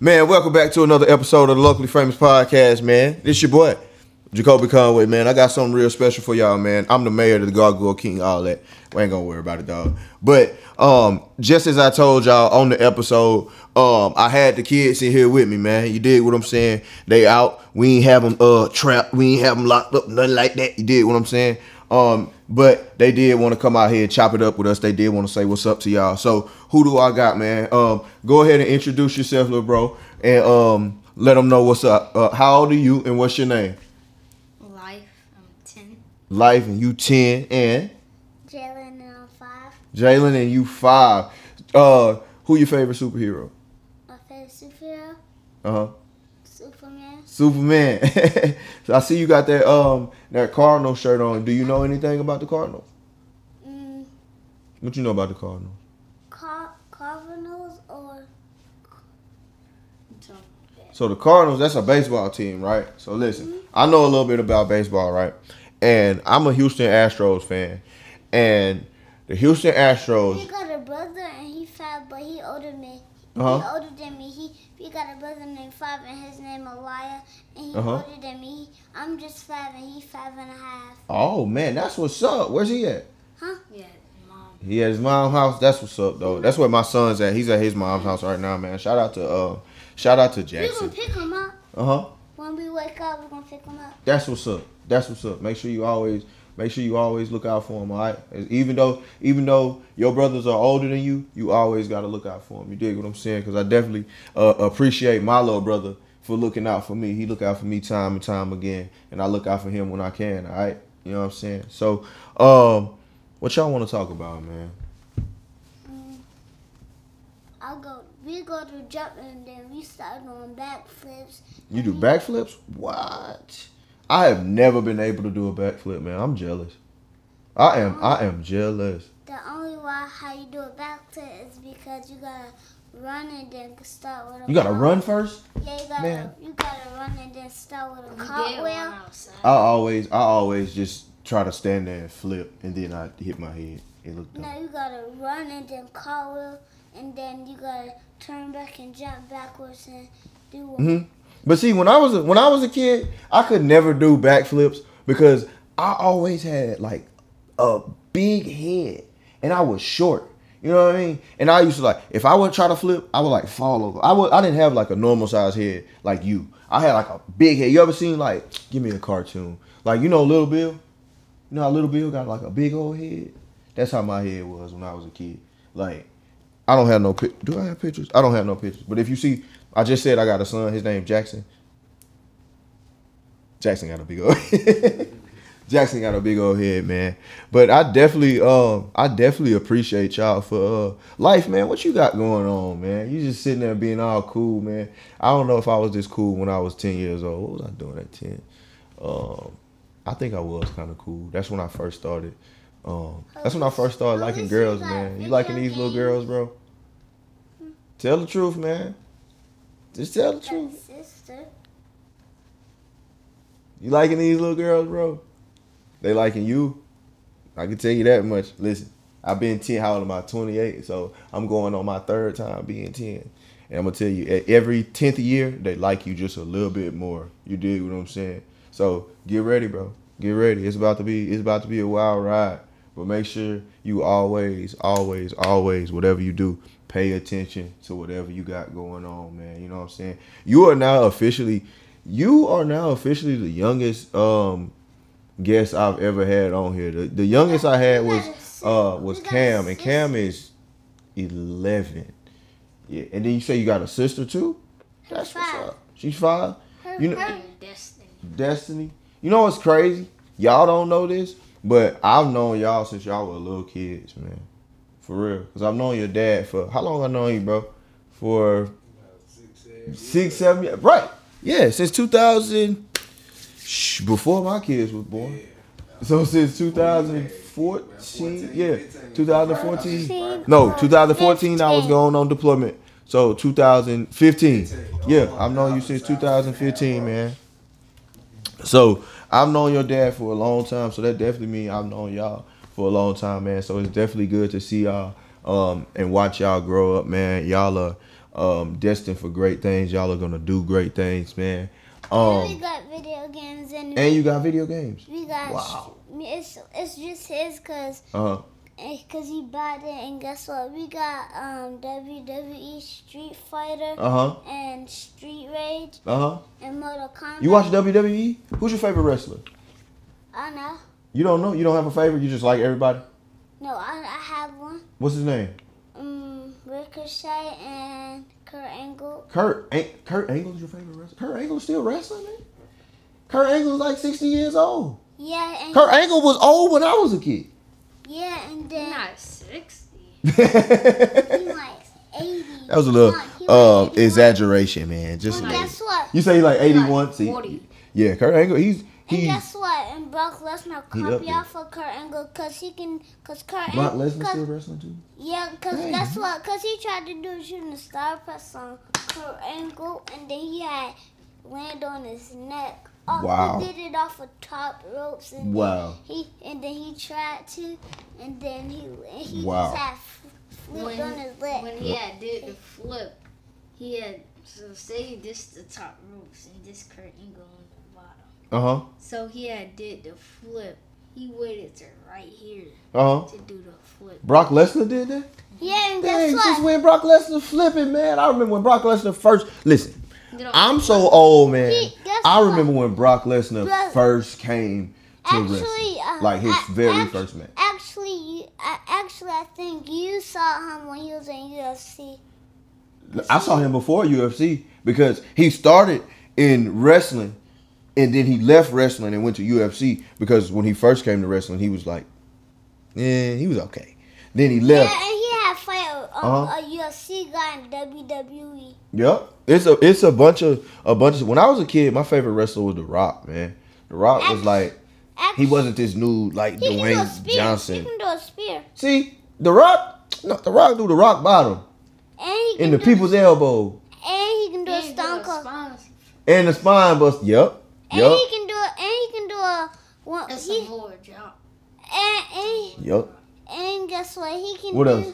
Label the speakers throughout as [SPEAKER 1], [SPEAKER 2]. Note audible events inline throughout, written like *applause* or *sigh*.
[SPEAKER 1] Man, welcome back to another episode of the Locally Famous Podcast, man. This your boy, Jacoby Conway, man. I got something real special for y'all, man. I'm the mayor of the Gargoyle King, all that. We ain't gonna worry about it, dog. But um, just as I told y'all on the episode, um, I had the kids in here with me, man. You did what I'm saying. They out. We ain't have them uh trapped. We ain't have them locked up, nothing like that. You did what I'm saying. Um, but they did want to come out here and chop it up with us. They did want to say what's up to y'all. So who do I got, man? Um, go ahead and introduce yourself, little bro, and um, let them know what's up. Uh, how old are you and what's your name?
[SPEAKER 2] Life, um, I'm 10.
[SPEAKER 1] Life and you ten and
[SPEAKER 3] Jalen and I'm five.
[SPEAKER 1] Jalen and you five. Uh, who your favorite superhero?
[SPEAKER 3] My favorite superhero,
[SPEAKER 1] Uh huh.
[SPEAKER 3] Superman.
[SPEAKER 1] Superman. *laughs* so I see you got that um that Cardinal shirt on. Do you know anything about the Cardinals?
[SPEAKER 3] Mm,
[SPEAKER 1] What you know about the Cardinals?
[SPEAKER 3] car- Cardinals or
[SPEAKER 2] So,
[SPEAKER 1] So the Cardinals, that's a baseball team, right? So listen, I know a little bit about baseball, right? And I'm a Houston Astros fan. And the Houston
[SPEAKER 3] he
[SPEAKER 1] Astros,
[SPEAKER 3] got a brother and he five, but he older than me. He
[SPEAKER 1] Uh-huh.
[SPEAKER 3] older than me. He he got a brother named Five and his name Elijah and he
[SPEAKER 1] Uh-huh.
[SPEAKER 3] older than me. He- I'm just five and he five and a half.
[SPEAKER 1] oh man, that's what's up. Where's he at?
[SPEAKER 2] yeah, mom.
[SPEAKER 1] He at his mom's house. That's what's up though. That's where my son's at. He's at his mom's house right now, man. Shout out to uh shout out to
[SPEAKER 3] We're gonna
[SPEAKER 1] Jackson.
[SPEAKER 3] pick him up
[SPEAKER 1] Uh-huh.
[SPEAKER 3] when we wake up. We're gonna pick him up.
[SPEAKER 1] That's what's up. That's what's up. Make sure you always make sure you always look out for him. All right. Even though even though your brothers are older than you, you always got to look out for him. You dig what I'm saying? Because I definitely uh, appreciate my little brother for looking out for me. He look out for me time and time again, and I look out for him when I can. All right. You know what I'm saying? So, um, what y'all want to talk about, man?
[SPEAKER 3] Mm. I'll go. We go to jump and then we start doing backflips.
[SPEAKER 1] You do backflips? What? I have never been able to do a backflip, man. I'm jealous. I am. I am jealous.
[SPEAKER 3] The only why how you do a backflip is because you gotta run and then start with a
[SPEAKER 1] You gotta
[SPEAKER 3] col-
[SPEAKER 1] run first.
[SPEAKER 3] Yeah, you gotta
[SPEAKER 1] Man.
[SPEAKER 3] you gotta run and then start with a
[SPEAKER 2] We did one
[SPEAKER 3] cartwheel.
[SPEAKER 2] outside.
[SPEAKER 1] I always, I always just try to stand there and flip, and then I hit my head. It looked dumb.
[SPEAKER 3] No, you gotta run and then cartwheel and then you gotta turn back and jump backwards and do one.
[SPEAKER 1] Mhm. But see, when I was a, when I was a kid, I could never do backflips because I always had like a big head, and I was short. You know what I mean? And I used to like if I would try to flip, I would like fall over. I would I didn't have like a normal size head like you. I had like a big head. You ever seen like give me a cartoon like you know Little Bill? You know how Little Bill got like a big old head? That's how my head was when I was a kid. Like, I don't have no pic. Do I have pictures? I don't have no pictures. But if you see, I just said I got a son. His name Jackson. Jackson got a big old. *laughs* Jackson got a big old head, man. But I definitely, um, I definitely appreciate y'all for uh, life, man. What you got going on, man? You just sitting there being all cool, man. I don't know if I was this cool when I was ten years old. What was I doing at ten? Um, I think I was kind of cool. That's when I first started. Um, that's when I first started
[SPEAKER 3] At
[SPEAKER 1] liking
[SPEAKER 3] least you
[SPEAKER 1] girls,
[SPEAKER 3] got
[SPEAKER 1] man. You
[SPEAKER 3] video
[SPEAKER 1] liking these little girls,
[SPEAKER 3] games.
[SPEAKER 1] bro? Tell the truth, man. Just tell the
[SPEAKER 3] Got a
[SPEAKER 1] truth.
[SPEAKER 3] sister.
[SPEAKER 1] You liking these little girls, bro? They liking you. I can tell you that much. Listen, I've been 10, how old am I? 28. So I'm going on my third time being 10. And I'm going to tell you, at every 10th year, they like you just a little bit more. You dig what I'm saying? So get ready, bro. Get ready. It's about to be, it's about to be a wild ride. But make sure you always, always, always, whatever you do, pay attention to whatever you got going on, man. You know what I'm saying? You are now officially, you are now officially the youngest um guest I've ever had on here. The, the youngest I had was uh was Cam, and Cam is eleven. Yeah, and then you say you got a sister too. That's what's
[SPEAKER 3] Five.
[SPEAKER 1] up. She's five.
[SPEAKER 3] Her,
[SPEAKER 1] You know-
[SPEAKER 3] her,
[SPEAKER 2] And Destiny.
[SPEAKER 1] Destiny. You know what's crazy? Y'all don't know this, but I've known y'all since y'all were little kids, man. For real, cause I've known your dad for how long? I known you, bro, for six, seven years. Right? Yeah, since two thousand. Shh, before my kids was born. So since 2014, yeah, 2014. No, 2014 I was going on deployment. So 2015. Yeah, I've known you since 2015, man. So I've known your dad for a long time. So that definitely means I've known y'all for a long time, man. So it's definitely good to see y'all um, and watch y'all grow up, man. Y'all are um, destined for great things. Y'all are gonna do great things, man.
[SPEAKER 3] we
[SPEAKER 1] Um,
[SPEAKER 3] got video games and,
[SPEAKER 1] and you got video games.
[SPEAKER 3] we got
[SPEAKER 1] Wow.
[SPEAKER 3] it's it's just his cause
[SPEAKER 1] Uh,
[SPEAKER 3] eh, cause he bought it and guess what we got um WWE Street Fighter
[SPEAKER 1] uh huh,
[SPEAKER 3] and Street Rage
[SPEAKER 1] uh huh.
[SPEAKER 3] and Mortal Kombat.
[SPEAKER 1] You watch WWE? Who's your favorite wrestler?
[SPEAKER 3] I know.
[SPEAKER 1] You don't know. You don't have a favorite. You just like everybody.
[SPEAKER 3] No, I, I have one.
[SPEAKER 1] What's his name?
[SPEAKER 3] Um, Ricochet and Kurt Angle.
[SPEAKER 1] Kurt. An- Kurt Angle's your favorite wrestler. Kurt Angle's still wrestling, man. Kurt Angle's like sixty years old.
[SPEAKER 3] Yeah, and
[SPEAKER 1] Kurt Angle was old when I was a kid. *laughs*
[SPEAKER 3] yeah, and
[SPEAKER 2] You're
[SPEAKER 3] then
[SPEAKER 2] not 60.
[SPEAKER 3] he
[SPEAKER 1] that
[SPEAKER 3] like eighty.
[SPEAKER 1] was a little
[SPEAKER 3] Come on, he like
[SPEAKER 1] um
[SPEAKER 3] 81.
[SPEAKER 1] exaggeration, man. Just a
[SPEAKER 3] And
[SPEAKER 1] little.
[SPEAKER 3] guess what?
[SPEAKER 1] You say he's like eighty one.
[SPEAKER 2] Like
[SPEAKER 1] See,
[SPEAKER 2] 40.
[SPEAKER 1] yeah, Kurt Angle. He's
[SPEAKER 3] and
[SPEAKER 1] he's
[SPEAKER 3] guess what? And Brock Lesnar
[SPEAKER 1] He up
[SPEAKER 3] copy
[SPEAKER 1] there.
[SPEAKER 3] off of Kurt Angle because he can, because Kurt
[SPEAKER 1] Brock
[SPEAKER 3] Ang-
[SPEAKER 1] Lesnar
[SPEAKER 3] 'cause-
[SPEAKER 1] still wrestling too.
[SPEAKER 3] Yeah, because
[SPEAKER 1] Dang.
[SPEAKER 3] guess what? Because he tried to do shooting a star press on Kurt Angle, and then he had land on his neck. Oh,
[SPEAKER 1] Wow.
[SPEAKER 3] He did it off of top ropes. And
[SPEAKER 1] Wow.
[SPEAKER 3] Then he and then he tried to, and then he and he
[SPEAKER 1] Wow.
[SPEAKER 3] just had f- flipped on his leg.
[SPEAKER 2] when he had did the flip, he had so say this the top ropes and this Kurt Angle on the bottom.
[SPEAKER 1] Uh huh.
[SPEAKER 2] So he had did the flip. He waited to right here
[SPEAKER 1] Uh huh.
[SPEAKER 2] to do the flip.
[SPEAKER 1] Brock Lesnar did that.
[SPEAKER 3] yeah, and guess
[SPEAKER 1] Dang, since
[SPEAKER 3] what?
[SPEAKER 1] when Brock Lesnar flipping, man. I remember when Brock Lesnar first. Listen,
[SPEAKER 2] You know,
[SPEAKER 1] I'm so old, man.
[SPEAKER 3] He- guess
[SPEAKER 1] I
[SPEAKER 3] what?
[SPEAKER 1] remember when Brock Lesnar
[SPEAKER 3] Bro-
[SPEAKER 1] first came to
[SPEAKER 3] Actually,
[SPEAKER 1] wrestling,
[SPEAKER 3] um,
[SPEAKER 1] like his
[SPEAKER 3] a-
[SPEAKER 1] very
[SPEAKER 3] act-
[SPEAKER 1] first match.
[SPEAKER 3] Actually, you, I, actually, I think you saw him when he was in UFC.
[SPEAKER 1] I saw him before UFC because he started in wrestling and then he left wrestling and went to UFC because when he first came to wrestling, he was like, yeah, he was okay. Then he
[SPEAKER 3] Yeah,
[SPEAKER 1] left.
[SPEAKER 3] and he had fight um,
[SPEAKER 1] Uh-huh.
[SPEAKER 3] a UFC guy in E. WWE.
[SPEAKER 1] Yep. It's a it's a bunch of a bunch of when I was a kid, my favorite wrestler was The Rock, man. The Rock was
[SPEAKER 3] Act-
[SPEAKER 1] like
[SPEAKER 3] Actually,
[SPEAKER 1] he wasn't this new like
[SPEAKER 3] He can do a
[SPEAKER 1] Dwayne
[SPEAKER 3] spear. He
[SPEAKER 1] Johnson.
[SPEAKER 3] can do a spear.
[SPEAKER 1] See, The Rock, no, The Rock do the rock bottom
[SPEAKER 3] And he can
[SPEAKER 1] in the
[SPEAKER 3] do,
[SPEAKER 1] people's elbow
[SPEAKER 3] And he can do a
[SPEAKER 2] he did
[SPEAKER 3] stone cold.
[SPEAKER 2] sponsor.
[SPEAKER 1] and the spine bust. Yep,
[SPEAKER 3] And
[SPEAKER 1] yep,
[SPEAKER 3] he can do a. And he can do a. One,
[SPEAKER 2] That's
[SPEAKER 3] he,
[SPEAKER 2] a lower job.
[SPEAKER 3] and, and,
[SPEAKER 1] yep.
[SPEAKER 3] and guess what? He can
[SPEAKER 1] What
[SPEAKER 3] do.
[SPEAKER 1] else?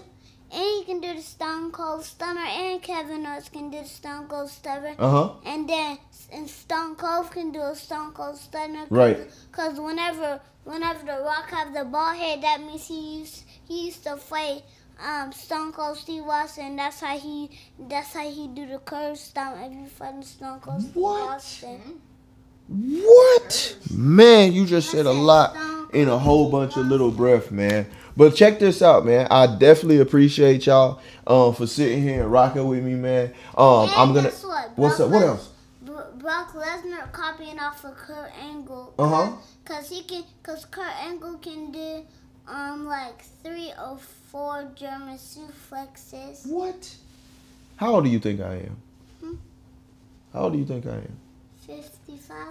[SPEAKER 3] And he can do the Stone Cold Stunner, and Kevin Owens can do the Stone Cold Stunner,
[SPEAKER 1] Uh huh.
[SPEAKER 3] and then and Stone Cold can do a Stone Cold Stunner.
[SPEAKER 1] Right.
[SPEAKER 3] Cause whenever whenever the Rock have the ball head, that means he used he used to fight um, Stone Cold Steve Austin. That's how he that's how he do the curve stomp every fighting Stone Cold Steve
[SPEAKER 1] What?
[SPEAKER 3] Austin.
[SPEAKER 1] What? Man, you just said a
[SPEAKER 3] said
[SPEAKER 1] lot
[SPEAKER 3] Stone
[SPEAKER 1] in a whole bunch of little breath, man. But check this out, man. I definitely appreciate y'all um, for sitting here and rocking with me, man. Um,
[SPEAKER 3] And
[SPEAKER 1] I'm gonna.
[SPEAKER 3] guess what?
[SPEAKER 1] What's
[SPEAKER 3] Brock
[SPEAKER 1] up? What
[SPEAKER 3] Les-
[SPEAKER 1] else?
[SPEAKER 3] Bro- Brock Lesnar copying off of Kurt Angle.
[SPEAKER 1] Uh-huh.
[SPEAKER 3] Cause he can, cause Kurt Angle can do um like three or four German suplexes.
[SPEAKER 1] What? How old do you think I am?
[SPEAKER 3] Hmm?
[SPEAKER 1] How old do you think I am?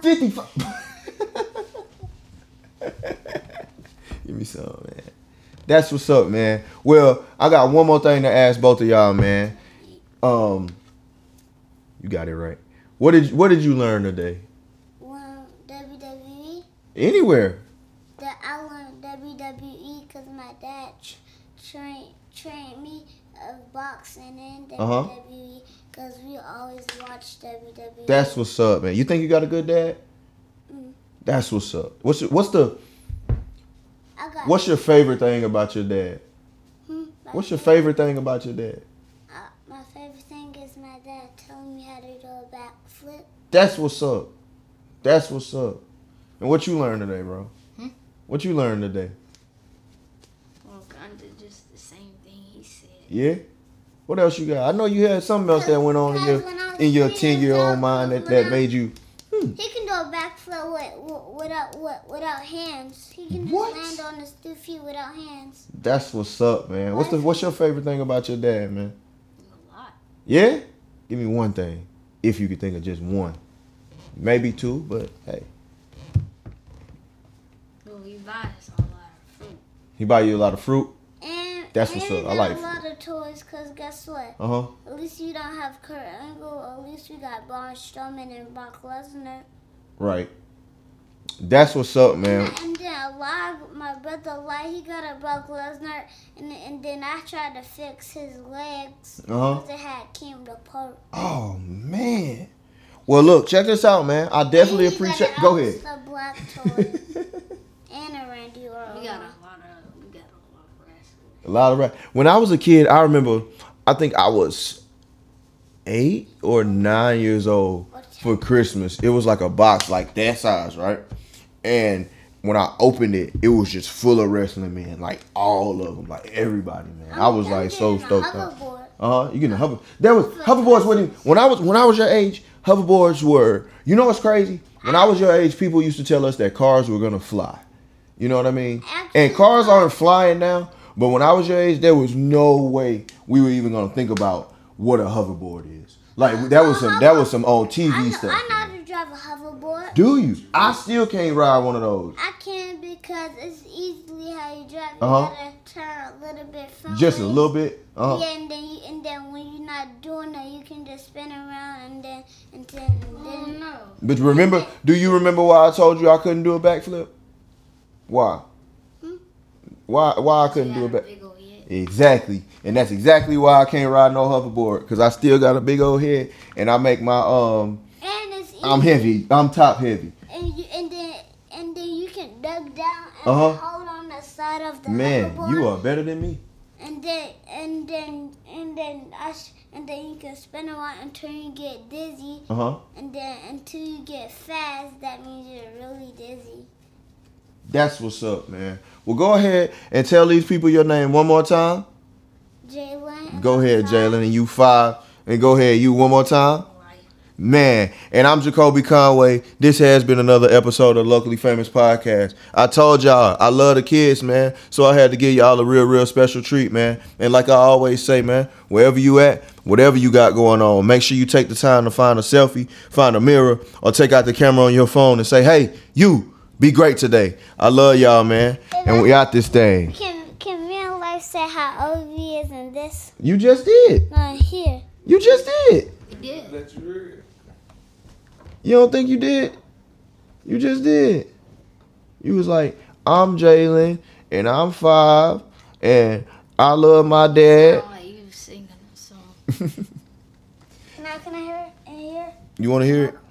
[SPEAKER 3] Fifty-five.
[SPEAKER 1] 55. *laughs* Give me some, man. That's what's up, man. Well, I got one more thing to ask both of y'all, man. Um, you got it right. What did What did you learn today?
[SPEAKER 3] Well, WWE.
[SPEAKER 1] Anywhere?
[SPEAKER 3] That I learned WWE E, cause my dad tr- trained trained me of boxing and WWE.
[SPEAKER 1] Uh-huh.
[SPEAKER 3] Cause we always watch WWE.
[SPEAKER 1] That's what's up, man. You think you got a good dad?
[SPEAKER 3] Mm.
[SPEAKER 1] That's what's up. What's your, What's the
[SPEAKER 3] I got.
[SPEAKER 1] What's your favorite thing about your dad?
[SPEAKER 3] Hmm, my
[SPEAKER 1] What's your
[SPEAKER 3] favorite?
[SPEAKER 1] favorite thing about your dad?
[SPEAKER 3] Uh, my favorite thing is my dad telling me how to do a backflip.
[SPEAKER 1] That's what's up. That's what's up. And what you learned today, bro?
[SPEAKER 2] Hmm?
[SPEAKER 1] What you learned today?
[SPEAKER 2] Well, kinda just the same thing he said.
[SPEAKER 1] Yeah. What else you got? I know you had something else that went on in your
[SPEAKER 3] Because when I was
[SPEAKER 1] in your
[SPEAKER 3] three
[SPEAKER 1] ten year
[SPEAKER 3] years
[SPEAKER 1] old
[SPEAKER 3] old,
[SPEAKER 1] mind that,
[SPEAKER 3] when
[SPEAKER 1] that
[SPEAKER 3] I-
[SPEAKER 1] made you.
[SPEAKER 3] He can do a backflip with, with, without with, without hands. He can just
[SPEAKER 1] What?
[SPEAKER 3] land on his two feet without hands.
[SPEAKER 1] That's what's up, man. What's the What's your favorite thing about your dad, man?
[SPEAKER 2] A lot.
[SPEAKER 1] Yeah. Give me one thing, if you could think of just one, maybe two, but hey,
[SPEAKER 2] Well, he buys a lot of food.
[SPEAKER 1] he buy you a lot of fruit.
[SPEAKER 3] And
[SPEAKER 1] That's
[SPEAKER 3] and
[SPEAKER 1] what's
[SPEAKER 3] he
[SPEAKER 1] up. I
[SPEAKER 3] got
[SPEAKER 1] like
[SPEAKER 3] a lot of toys. Cause guess what?
[SPEAKER 1] Uh huh.
[SPEAKER 3] At least you don't have Kurt Angle. At least we got Braun Strowman and Brock Lesnar.
[SPEAKER 1] Right. That's what's up, man.
[SPEAKER 3] And then a lot, of- my brother lied. He got a broke Lesnar, and and then I tried to fix his legs.
[SPEAKER 1] Uh huh.
[SPEAKER 3] Cause it had came apart.
[SPEAKER 1] Oh man. Well, look, check this out, man. I definitely
[SPEAKER 3] And he got
[SPEAKER 1] appreciate.
[SPEAKER 3] an
[SPEAKER 1] Go ahead.
[SPEAKER 3] Ulster black toy
[SPEAKER 1] *laughs*
[SPEAKER 3] and a Randy Orton.
[SPEAKER 2] We got a lot of we got a lot of wrestling.
[SPEAKER 1] a lot of rap. When I was a kid, I remember. I think I was eight or nine years old for Christmas. It was like a box like that size, right? And when I opened it, it was just full of wrestling men, like all of them, like everybody, man. I was
[SPEAKER 3] I'm
[SPEAKER 1] like so
[SPEAKER 3] getting a
[SPEAKER 1] stoked up.
[SPEAKER 3] hoverboard.
[SPEAKER 1] Uh huh. You getting a hover? There was hoverboards wasn't even- when I was when I was your age. Hoverboards were. You know what's crazy? When I was your age, people used to tell us that cars were gonna fly. You know what I mean? And cars aren't flying now. But when I was your age, there was no way we were even gonna think about what a hoverboard is. Like that was some that was some old
[SPEAKER 3] I
[SPEAKER 1] TV
[SPEAKER 3] know,
[SPEAKER 1] stuff.
[SPEAKER 3] I know how to drive a hoverboard.
[SPEAKER 1] Do you? I still can't ride one of those.
[SPEAKER 3] I can because it's easily how you drive. You
[SPEAKER 1] Uh-huh.
[SPEAKER 3] gotta turn a little bit from
[SPEAKER 1] Just a little bit. Uh huh.
[SPEAKER 3] Yeah, and then you, and then when you're not doing that, you can just spin around and then and then and
[SPEAKER 2] Oh
[SPEAKER 3] then.
[SPEAKER 2] no.
[SPEAKER 1] But remember, do you remember why I told you I couldn't do a backflip? Why?
[SPEAKER 3] Hmm?
[SPEAKER 1] Why? Why I couldn't
[SPEAKER 2] Got
[SPEAKER 1] do a
[SPEAKER 2] a
[SPEAKER 1] back?
[SPEAKER 2] big old head.
[SPEAKER 1] Exactly, and that's exactly why I can't ride no hoverboard because I still got a big old head, and I make my um.
[SPEAKER 3] And it's easy.
[SPEAKER 1] I'm heavy. I'm top heavy.
[SPEAKER 3] And you and then and then you can duck down and
[SPEAKER 1] Uh-huh.
[SPEAKER 3] hold on the side of the
[SPEAKER 1] Man,
[SPEAKER 3] hoverboard.
[SPEAKER 1] you are better than me.
[SPEAKER 3] And then and then and then I sh- and then you can spin around until you get dizzy.
[SPEAKER 1] Uh huh.
[SPEAKER 3] And then until you get fast, that means you're really dizzy.
[SPEAKER 1] That's what's up, man. Well, go ahead and tell these people your name one more time.
[SPEAKER 3] Jalen.
[SPEAKER 1] Go ahead, Jalen, and you five, and go ahead, you one more time.
[SPEAKER 2] Like
[SPEAKER 1] Man, and I'm Jacoby Conway. This has been another episode of Locally Famous Podcast. I told y'all, I love the kids, man. So I had to give y'all a real, real special treat, man. And like I always say, man, wherever you at, whatever you got going on, make sure you take the time to find a selfie, find a mirror, or take out the camera on your phone and say, hey, you, be great today. I love y'all, man. And we out this thing.
[SPEAKER 3] Can can real life say how old he is in this?
[SPEAKER 1] You just did.
[SPEAKER 3] No, here.
[SPEAKER 1] You just did.
[SPEAKER 2] we did.
[SPEAKER 4] That you read.
[SPEAKER 1] You don't think you did? You just did. You was like, I'm Jalen and I'm five and I love my dad. *laughs*
[SPEAKER 2] Sound like you singing a song.
[SPEAKER 3] Now can I hear it in here?
[SPEAKER 1] You want to hear it?